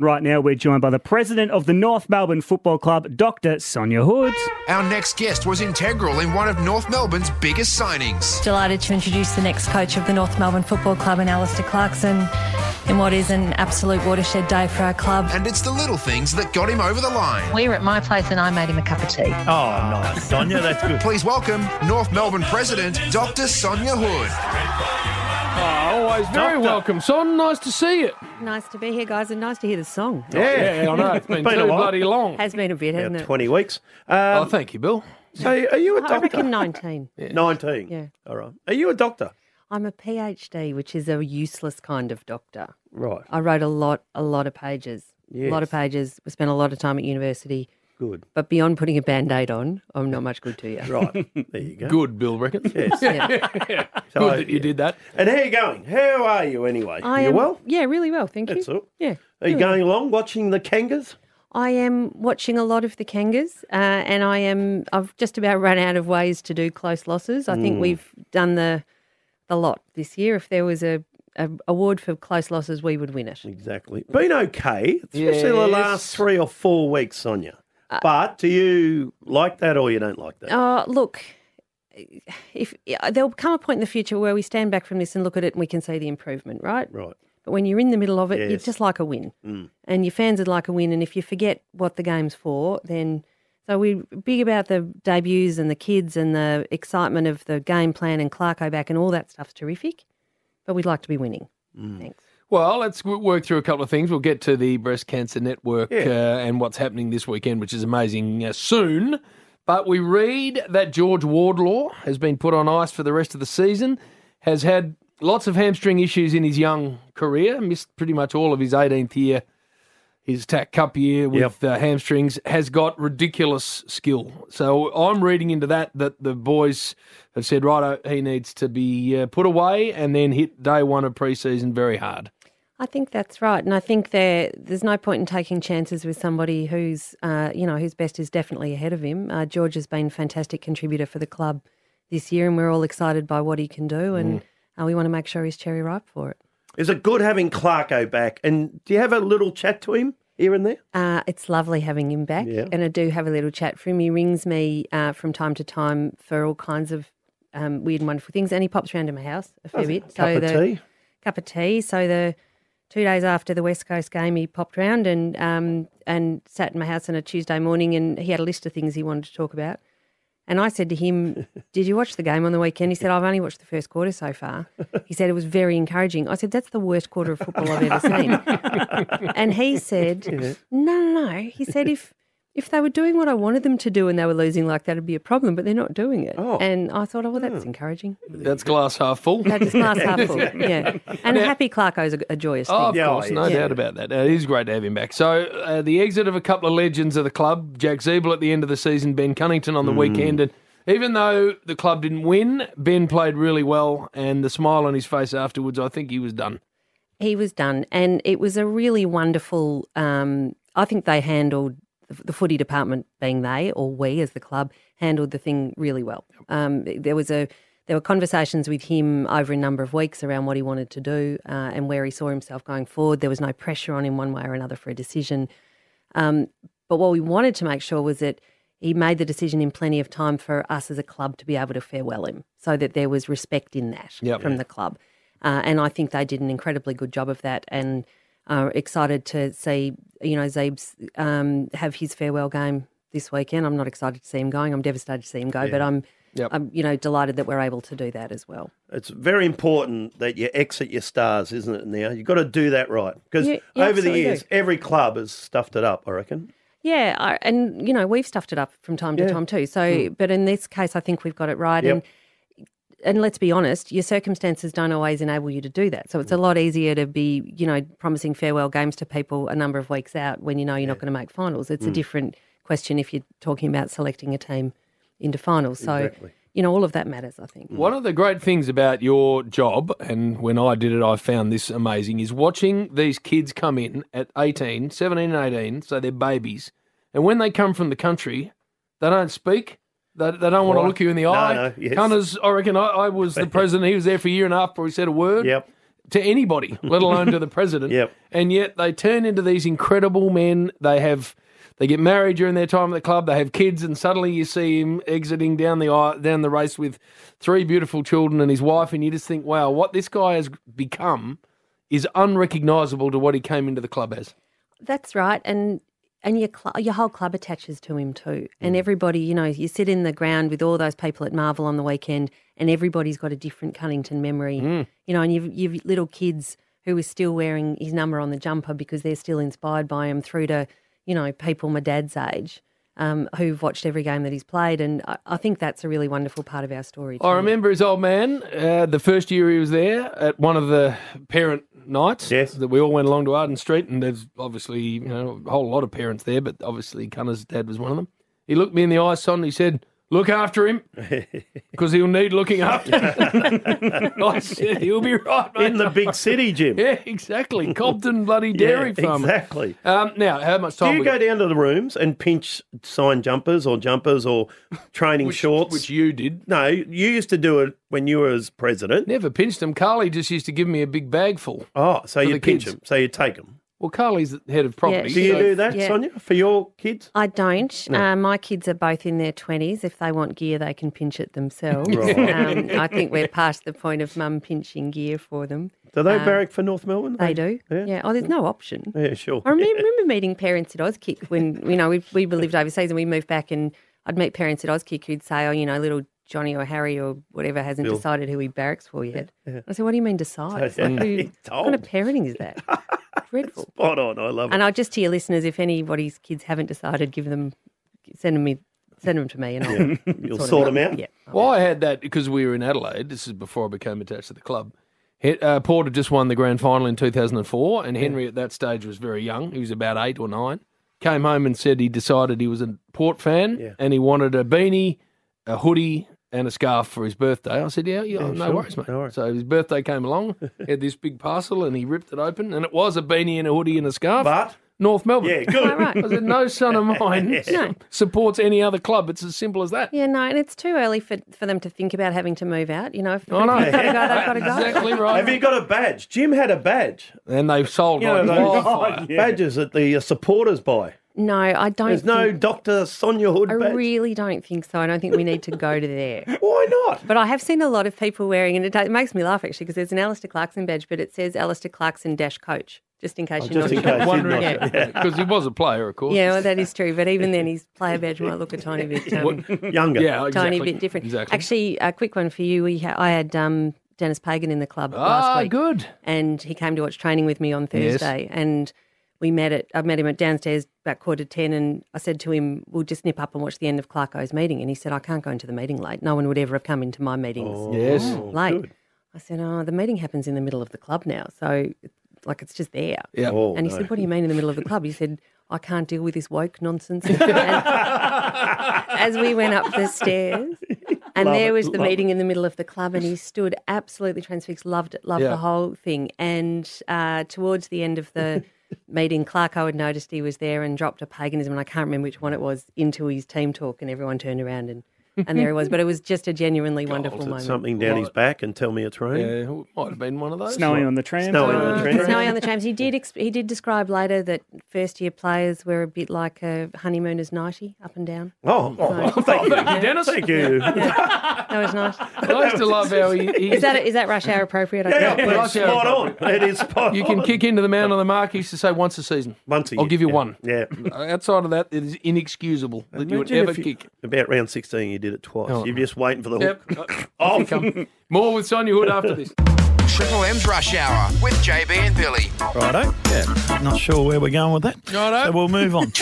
Right now, we're joined by the president of the North Melbourne Football Club, Dr. Sonia Hood. Our next guest was integral in one of North Melbourne's biggest signings. Delighted to introduce the next coach of the North Melbourne Football Club and Alistair Clarkson in what is an absolute watershed day for our club. And it's the little things that got him over the line. We were at my place and I made him a cup of tea. Oh, nice. Sonia, that's good. Please welcome North Melbourne President Dr. Sonia Hood. Oh, always very Doctor. welcome, son. Nice to see you. Nice to be here, guys, and nice to hear the song. Yeah, I know. It's been, Been a too while. bloody long. Has been a bit, hasn't About it? 20 weeks. oh, Um, thank you, Bill. so, are you a I doctor? reckon 19. 19. Yeah. All right. Are you a doctor? I'm a PhD, which is a useless kind of doctor. Right. I wrote a lot, a lot of pages. A lot of Yes. pages. We spent a lot of time at university. Good. But beyond putting a band aid on, I'm not much good to you. Right. there you go. Good, Bill reckons. Yes. So, Good that you yeah. did that. And how are you going? How are you anyway? I you am, well? Yeah, really well. Thank That's you. all. Yeah. Are you really. going along watching the Kangas? I am watching a lot of the Kangas, uh, and I am. I've just about run out of ways to do close losses. I think we've done the the lot this year. If there was a, a award for close losses, we would win it. Exactly. Been okay, especially the last Yes. three or four weeks, Sonia. but do you like that or you don't like that? Uh, look, if there'll come a point in the future where we stand back from this and look at it, and we can see the improvement, right? Right. But when you're in the middle of it, you Yes. just like a win, and your fans would like a win. And if you forget what the game's for, then so we're big about the debuts and the kids and the excitement of the game plan and Clarko back and all that stuff's terrific. But we'd like to be winning. Thanks. Well, let's w- work through a couple of things. We'll get to the Breast Cancer Network Yeah. uh, and what's happening this weekend, which is amazing uh, soon. But we read that George Wardlaw has been put on ice for the rest of the season, has had lots of hamstring issues in his young career, missed pretty much all of his 18th year, his TAC Cup year with uh, hamstrings, has got ridiculous skill. So I'm reading into that that the boys have said, right, he needs to be uh, put away and then hit day one of preseason very hard. I think that's right, and I think there there's no point in taking chances with somebody who's uh, you know whose best is definitely ahead of him. Uh, George has been a fantastic contributor for the club this year, and we're all excited by what he can do, and uh, we want to make sure he's cherry ripe for it. Is it good having Clarko back? And do you have a little chat to him here and there? Uh, it's lovely having him back, Yeah. and I do have a little chat for him. He rings me uh, from time to time for all kinds of um, weird and wonderful things, and he pops round to my house a fair bit. Cup of the- tea? cup of tea. So the two days after the West Coast game, he popped round and um, and sat in my house on a Tuesday morning, and he had a list of things he wanted to talk about. And I said to him, "Did you watch the game on the weekend?" He said, "I've only watched the first quarter so far." He said it was very encouraging. I said, "That's the worst quarter of football I've ever seen." and he said, "No, no, no." He said, "If if they were doing what I wanted them to do and they were losing like that, it'd be a problem, but they're not doing it." Oh. And I thought, "Oh, well, that's encouraging." That's glass half full. That is glass half full. Yeah, and a happy Clarko's a, a joyous Oh, thing. of Yeah, course, oh, no yes. doubt about that. Uh, it is great to have him back. So, uh, the exit of a couple of legends of the club Jack Zeeble at the end of the season, Ben Cunnington on the weekend. And even though the club didn't win, Ben played really well. And the smile on his face afterwards, I think he was done. He was done, and it was a really wonderful. Um, I think they handled the, the footy department, being they or we as the club, handled the thing really well. Um, there was a there were conversations with him over a number of weeks around what he wanted to do uh, and where he saw himself going forward. There was no pressure on him one way or another for a decision. Um, but what we wanted to make sure was that he made the decision in plenty of time for us as a club to be able to farewell him, so that there was respect in that Yep. from the club. Uh, and I think they did an incredibly good job of that, and are excited to see you know Zeebs um, have his farewell game this weekend. I'm not excited to see him going. I'm devastated to see him go, but I'm. Yep. I'm, you know, delighted that we're able to do that as well. It's very important that you exit your stars, isn't it? Now you've got to do that right because You- you over the absolutely years, do. every club has stuffed it up. I reckon. Yeah, I, and you know we've stuffed it up from time to time too. So, but in this case, I think we've got it right. Yep. And and let's be honest, your circumstances don't always enable you to do that. So it's a lot easier to be, you know, promising farewell games to people a number of weeks out when you know you're not going to make finals. It's a different question if you're talking about selecting a team into finals. So you know all of that matters. I think. Mm. One of the great things about your job, and when I did it, I found this amazing, is watching these kids come in at 18, 17 and 18, so they're babies. And when they come from the country, they don't speak. They, they don't want to Right. look you in the No, eye. no, yes. Cunners, I reckon I, I was the president. He was there for a year and a half before he said a word. Yep. to anybody, let alone to the president. Yep. And yet they turn into these incredible men. They have they get married during their time at the club. They have kids, and suddenly you see him exiting down the aisle- down the race with three beautiful children and his wife, and you just think, wow, what this guy has become is unrecognizable to what he came into the club as. That's right, and and your cl- your whole club attaches to him too. And everybody, you know, you sit in the ground with all those people at Marvel on the weekend, and everybody's got a different Cunnington memory. You know, and you've you've little kids who are still wearing his number on the jumper because they're still inspired by him. Through to you know people my dad's age. Um, who've watched every game that he's played, and I, I think that's a really wonderful part of our story. I too. remember his old man. Uh, the first year he was there at one of the parent nights Yes. that we all went along to Arden Street, and there's obviously you know a whole lot of parents there, but obviously Cunner's dad was one of them. He looked me in the eye, son, and he said, "Look after him, because he'll need looking after." I said, "He'll be right, mate." in the big city, Jim. yeah, exactly. Compton bloody dairy farm. exactly. Um, now, how much time Do you we go got? down to the rooms and pinch sign jumpers or jumpers or training shorts? Which you did. no, you used to do it when you were as president. Never pinched him. Carly just used to give me a big bag full. Oh, so you the pinch kids. them, so you take them. Well, Carly's the head of property. Do you so- do that, yeah. Sonia, for your kids? I don't. Uh, my kids are both in their 20s. If they want gear, they can pinch it themselves. Um, I think we're past the point of mum pinching gear for them. Do they barrack for North Melbourne? Um, They do. Yeah. Oh, there's no option. Yeah, sure. I remember, remember meeting parents at Auskick when, you know, we, we lived overseas and we moved back and I'd meet parents at Auskick who'd say, oh, you know, little Johnny or Harry or whatever hasn't decided who he barracks for yet. I said, what do you mean decide? It's like, who, He's what kind of old. parenting is that? Dreadful. Spot on. I love it. And I'll just to your listeners, if anybody's kids haven't decided, give them, send them me, send them to me, and I'll You'll sort them out. Yeah. Well, I had that because we were in Adelaide. This is before I became attached to the club. He- uh, Port had just won the grand final in 2004, and Henry at that stage was very young. He was about eight or nine. Came home and said he decided he was a Port fan and he wanted a beanie, a hoodie, and a scarf for his birthday. I said, Yeah, yeah, no worries, mate. So his birthday came along, had this big parcel, and he ripped it open, and it was a beanie and a hoodie and a scarf. But North Melbourne. yeah, good. Right. I said, No son of mine No. supports any other club. It's as simple as that. Yeah, no, and it's too early for, for them to think about having to move out. You know, if I know. they've got to go, they've got to go. Oh, Exactly right. Have you got a badge? Jim had a badge. And they've sold You know, like oh, those wildfire. badges that the uh, supporters buy. No, I don't. There's no think- Doctor Sonia Hood I badge. really don't think so. I don't think we need to go to there. Why not? But I have seen a lot of people wearing, and it, it makes me laugh actually, because there's an Alistair Clarkson badge, but it says Alistair Clarkson dash coach, just in case you're Oh, Just in not sure. case. Wondering, Yeah. because he was a player, of course. Yeah, well, that is true. But even then, his player badge might look a tiny bit. Um, Younger. yeah, exactly. tiny bit different. Exactly. Actually, a quick one for you. We ha- I had um, Dennis Pagan in the club ah, last week, good. and he came to watch training with me on Yes. Thursday, and we met at I met him at downstairs about quarter to ten, and I said to him, "We'll just nip up and watch the end of Clarko's meeting," and he said, "I can't go into the meeting late. No one would ever have come into my meetings Oh, Yes. late." I said, "Oh, the meeting happens in the middle of the club now, so like it's just there." Yeah. Oh, And he no. said, What do you mean in the middle of the club? He said, I can't deal with this woke nonsense. And as we went up the stairs, and there was the meeting in the middle of the club, and he stood absolutely transfixed, loved it, loved Yeah. the whole thing. And uh, towards the end of the meeting, Clarko had noticed he was there and dropped a paganism, and I can't remember which one it was, into his team talk, and everyone turned around and. And there he was, but it was just a genuinely wonderful moment. Something down his back and tell me it's Oh, Yeah, rain. it might have been one of those. Snowing on the tram. Snowing on the Uh, tram. Snowy on the Trams. He did. Exp- he did describe later that first year players were a bit like a honeymooner's nighty, up and down. Oh, oh, thank you, Thank you, Dennis. Thank you. That was nice. I used to love how he. he Is that is that rush hour appropriate? I Yeah, think. but that's it's spot how- on. It is spot you can on. kick into the man on the mark. He used to say once a season. Once a I'll year, give you yeah. one. Yeah. Outside of that, it is inexcusable that you would Imagine ever if you- kick. About round 16, you did it twice. Oh. You're just waiting for the hook. Yep. Off you come. More with Sonia Hood after this. Triple M's Rush Hour with JB and Billy. Righto. Yeah. Not sure where we're going with that. Righto. So we'll move on.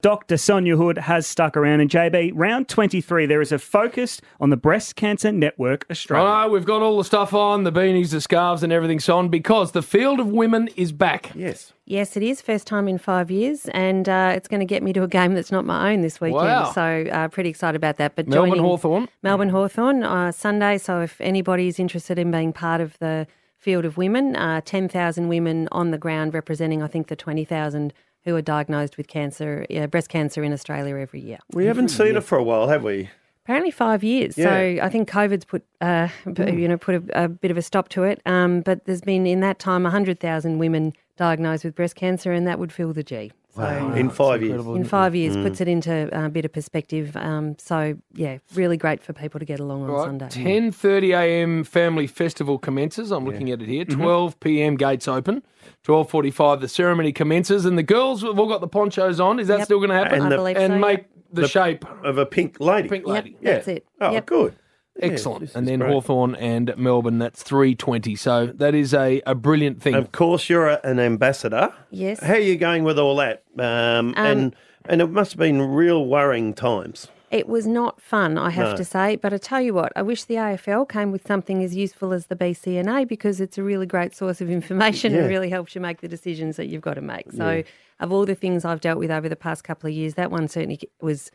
Dr. Sonia Hood has stuck around in JB. Round 23, there is a focus on the Breast Cancer Network Australia. All right, we've got all the stuff on the beanies, the scarves, and everything's on because the field of women is back. Yes. Yes, it is first time in five years, and uh, it's going to get me to a game that's not my own this weekend. Wow. So uh, pretty excited about that. But Melbourne joining- Hawthorn. Melbourne Hawthorn uh, Sunday. So if anybody's interested in being part of the field of women, uh, 10,000 women on the ground representing, I think, the 20,000 who are diagnosed with cancer, uh, breast cancer in Australia every year. Mm-hmm. We haven't seen it for a while, have we? Apparently five years. So Yeah. I think COVID's put uh, b- Hmm. you know put a, a bit of a stop to it. Um, but there's been in that time hundred thousand women diagnosed with breast cancer, and that would fill the G. So in five years. incredible. in five years hmm. puts it into uh, a bit of perspective. Um, so yeah, really great for people to get along on Sunday. Ten thirty a.m. family festival commences. I'm looking at it here. Mm-hmm. Twelve p.m. gates open. Twelve forty-five the ceremony commences, and the girls have all got the ponchos on. Is that Yep. still going to happen? And I the- believe so, and yeah. make the, shape Of a pink lady. pink Yep, lady. that's Yeah. it. Oh, Yep. good. Yeah, Excellent. this and is then great. Hawthorn and Melbourne. That's three twenty. So that is a, a brilliant thing. Of course, you're a, an ambassador. Yes. How are you going with all that? Um, and and it must have been real worrying times. It was not fun, I have to say. But I tell you what, I wish the AFL came with something as useful as the BCNA because it's a really great source of information and really helps you make the decisions that you've got to make. So, of all the things I've dealt with over the past couple of years, that one certainly was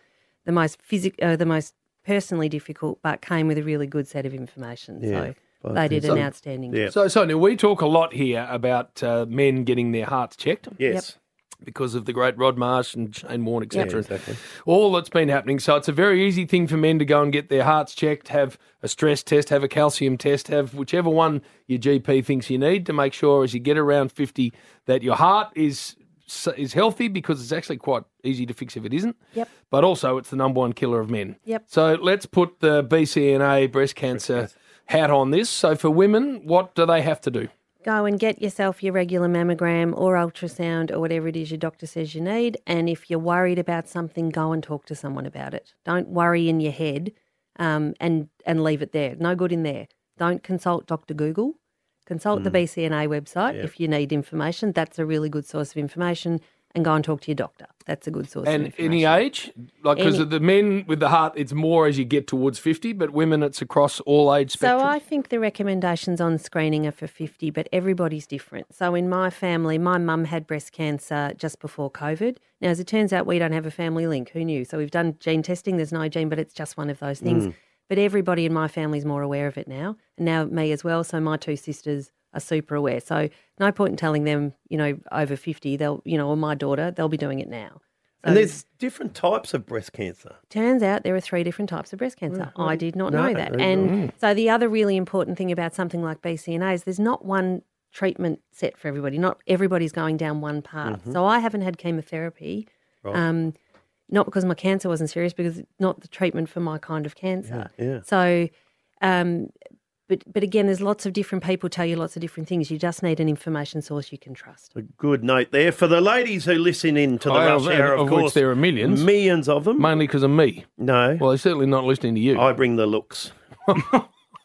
the most physic, uh, the most personally difficult, but came with a really good set of information. so they did an outstanding. Yeah. so, so now we talk a lot here about uh, men getting their hearts checked. Yes. because of the great Rod Marsh and Shane Warne, etc. All that's been happening. So it's a very easy thing for men to go and get their hearts checked, have a stress test, have a calcium test, have whichever one your GP thinks you need to make sure as you get around 50 that your heart is is healthy because it's actually quite easy to fix if it isn't. Yep. But also it's the number one killer of men. Yep. So let's put the BCNA breast cancer hat on this. So for women, what do they have to do? go and get yourself your regular mammogram or ultrasound or whatever it is your doctor says you need. And if you're worried about something, go and talk to someone about it. Don't worry in your head um, and and leave it there. No good in there. Don't consult Doctor Google. Consult Mm. the BCNA website if you need information. That's a really good source of information. And go and talk to your doctor. That's a good source. of And information. any age, like because Any- the men with the heart, it's more as you get towards fifty, but women, it's across all age spectrum. So I think the recommendations on screening are for 50, but everybody's different. So in my family, my mum had breast cancer just before COVID. Now, as it turns out, we don't have a family link. Who knew? So we've done gene testing. There's no gene, but it's just one of those Mm. things. But everybody in my family's more aware of it now, and now me as well. So my two sisters are super aware. So no point in telling them, you know, over 50, they'll, you know, or my daughter, they'll be doing it now. And there's different types of breast cancer. Turns out there are three different types of breast cancer. I did not Mm, No, know that. there you And so the other really important thing about something like BCNA is there's not one treatment set for everybody. Not everybody's going down one path. Mm-hmm. So I haven't had chemotherapy. Um, not because my cancer wasn't serious, because it's not the treatment for my kind of cancer. yeah. So, um, but but again, there's lots of different people tell you lots of different things. You just need an information source you can trust. A good note there for the ladies who listen in to the Oh, rush and hour. Of, of which course, there are millions. millions of them. Mainly because of me. no, Well, they're certainly not listening to you. I bring the looks.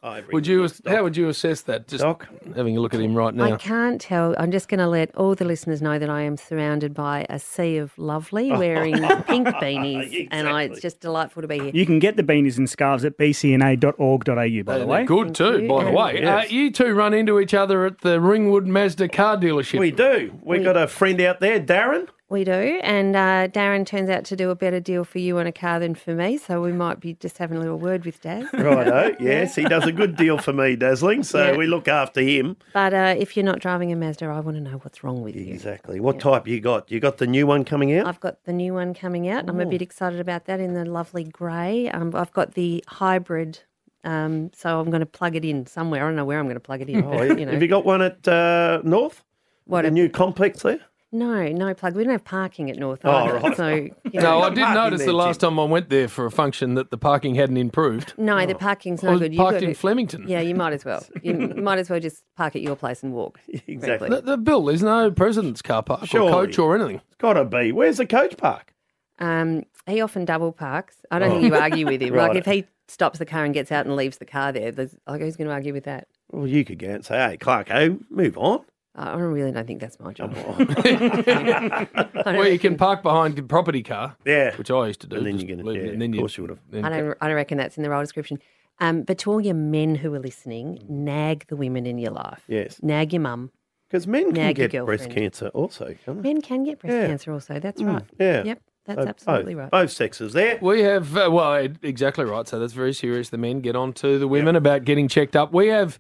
I bring would the you? looks, Doc. How would you assess that? Just Doc? having a look at him right I now. can't tell. I'm just going to let all the listeners know that I am surrounded by a sea of lovely wearing pink beanies, and I, it's Exactly. just delightful to be here. You can get the beanies and scarves at bcna.org.au, by the And way. they're good too, you. by the Yeah. way. Yes. Uh, you two run into each other at the Ringwood Mazda car dealership. We do. We got a friend out there, Darren. We do, and uh, Darren turns out to do a better deal for you on a car than for me, so we might be just having a little word with Dad. Righto. Yes, he does a good deal for me, Dazzling. So Yeah. we look after him. But uh, if you're not driving a Mazda, I want to know what's wrong with you. Exactly. What type you got? You got the new one coming out? I've got the new one coming out. and I'm a Oh. bit excited about that in the lovely grey. Um, I've got the hybrid, um, so I'm going to plug it in somewhere. I don't know where I'm going to plug it in. Oh, but, you know, Have you got one at uh, North? What the a- new complex there? No, no plug. We don't have parking at North Oh, Island, right. so you No, know. I did parking notice there, the last Jim. time I went there for a function that the parking hadn't improved. no, the parking's I no was good. You parked got in to- Flemington. Yeah, you might as well. You might as well just park at your place and walk. Exactly. The, the bill, there's no president's car park Surely. or coach or anything. It's got to be. Where's the coach park? Um, he often double parks. I don't think you argue with him. Like Oh. Right. if he stops the car and gets out and leaves the car there, there's, like who's going to argue with that? Well, you could go and say, hey, Clarko, move on. I I really don't think that's my job. Oh. Well, you can park behind the property car, Yeah. which I used to do. And then just you're gonna- leave it, yeah, and then of you- course you would've. then- I don't. I don't reckon that's in the role description. Um, but to all your men who are listening, nag the women in your life. Mm. Yes. Nag your mum. Because men can Nag your get breast girlfriend. cancer also, can't they? Men can get breast Yeah. Mm. cancer also. That's right. yeah. Yep. That's So absolutely both, right. Both sexes there. We have, uh, well, e- exactly right. So that's very serious. The men get on to the women about getting checked up. We have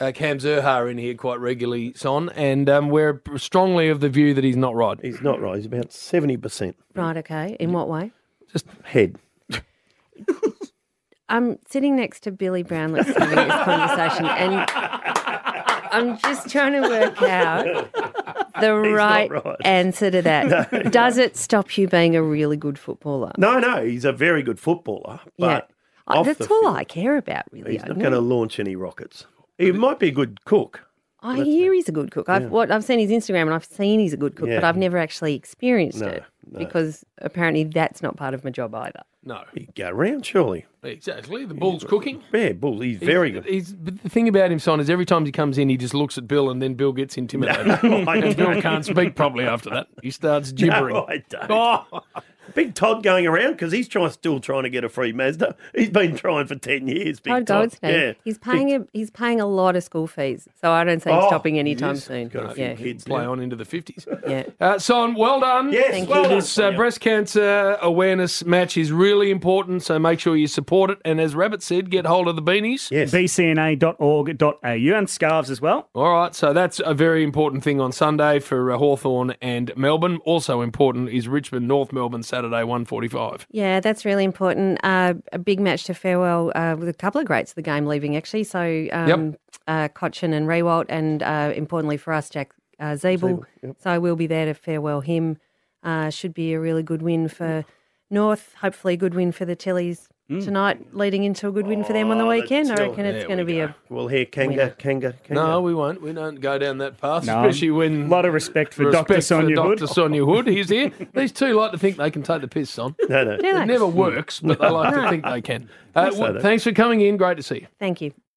uh, Cam Zerhar in here quite regularly, Son, and um, we're strongly of the view that he's not right. He's not right. He's about 70% Right. Okay. In what way? head. I'm sitting next to Billy Brownless having this conversation, and I'm just trying to work out the right, right. answer to that. Does it stop you being a really good footballer? No, no, he's a very good footballer, but I- off that's the all field, I care about, really. He's I not know. going to launch any rockets. He might be a good cook. I hear he's a good cook. I've what I've seen his Instagram and I've seen he's a good cook, but Yeah. I've never actually experienced No, it no. because apparently that's not part of my job either. No, He'd go round, surely. exactly. The ball's cooking. Yeah, bull. He's very good. He's, but the thing about him, Son, is every time he comes in, he just looks at Bill, and then Bill gets intimidated. and Bill can't speak properly after that. He starts gibbering. No, I don't. Oh, Big Todd going around because he's trying, still trying to get a free Mazda. He's been trying for ten years. Big Todd Goldston, he's paying a, he's paying a lot of school fees, so I don't see him Oh, stopping anytime yes. soon. Got a few yeah, kids. play on into the fifties. yeah. Uh, Son, well done. Yes, Thank well you. done, This uh, Sonia. breast cancer awareness match is really important, so make sure you support it. And as Rabbit said, get hold of the beanies. Yes. bcna.org.au and scarves as well. All right, so that's a very important thing on Sunday for uh, Hawthorn and Melbourne. Also important is Richmond North Melbourne Saturday 1:45. Yeah, that's really important. Uh, a big match to farewell uh, with a couple of greats of the game leaving, actually. So um, uh, Cochin and Rewalt, and uh, importantly for us, Jack uh, Zeeble. So we'll be there to farewell him. Uh, should be a really good win for North. Hopefully, a good win for the Tillies Mm. tonight, leading into a good win for them Oh, on the weekend. I reckon it's going to be a. Well, here, Kanga, Kanga, Kanga. No, we won't. We don't go down that path, No. especially when A lot of respect for respect Dr. Sonia for Hood. Dr. Sonia Hood. He's here. These two like to think they can take the piss on. no, no. Do It they? never works, but they like to think they can. Uh, well, thanks for coming in. Great to see you. Thank you.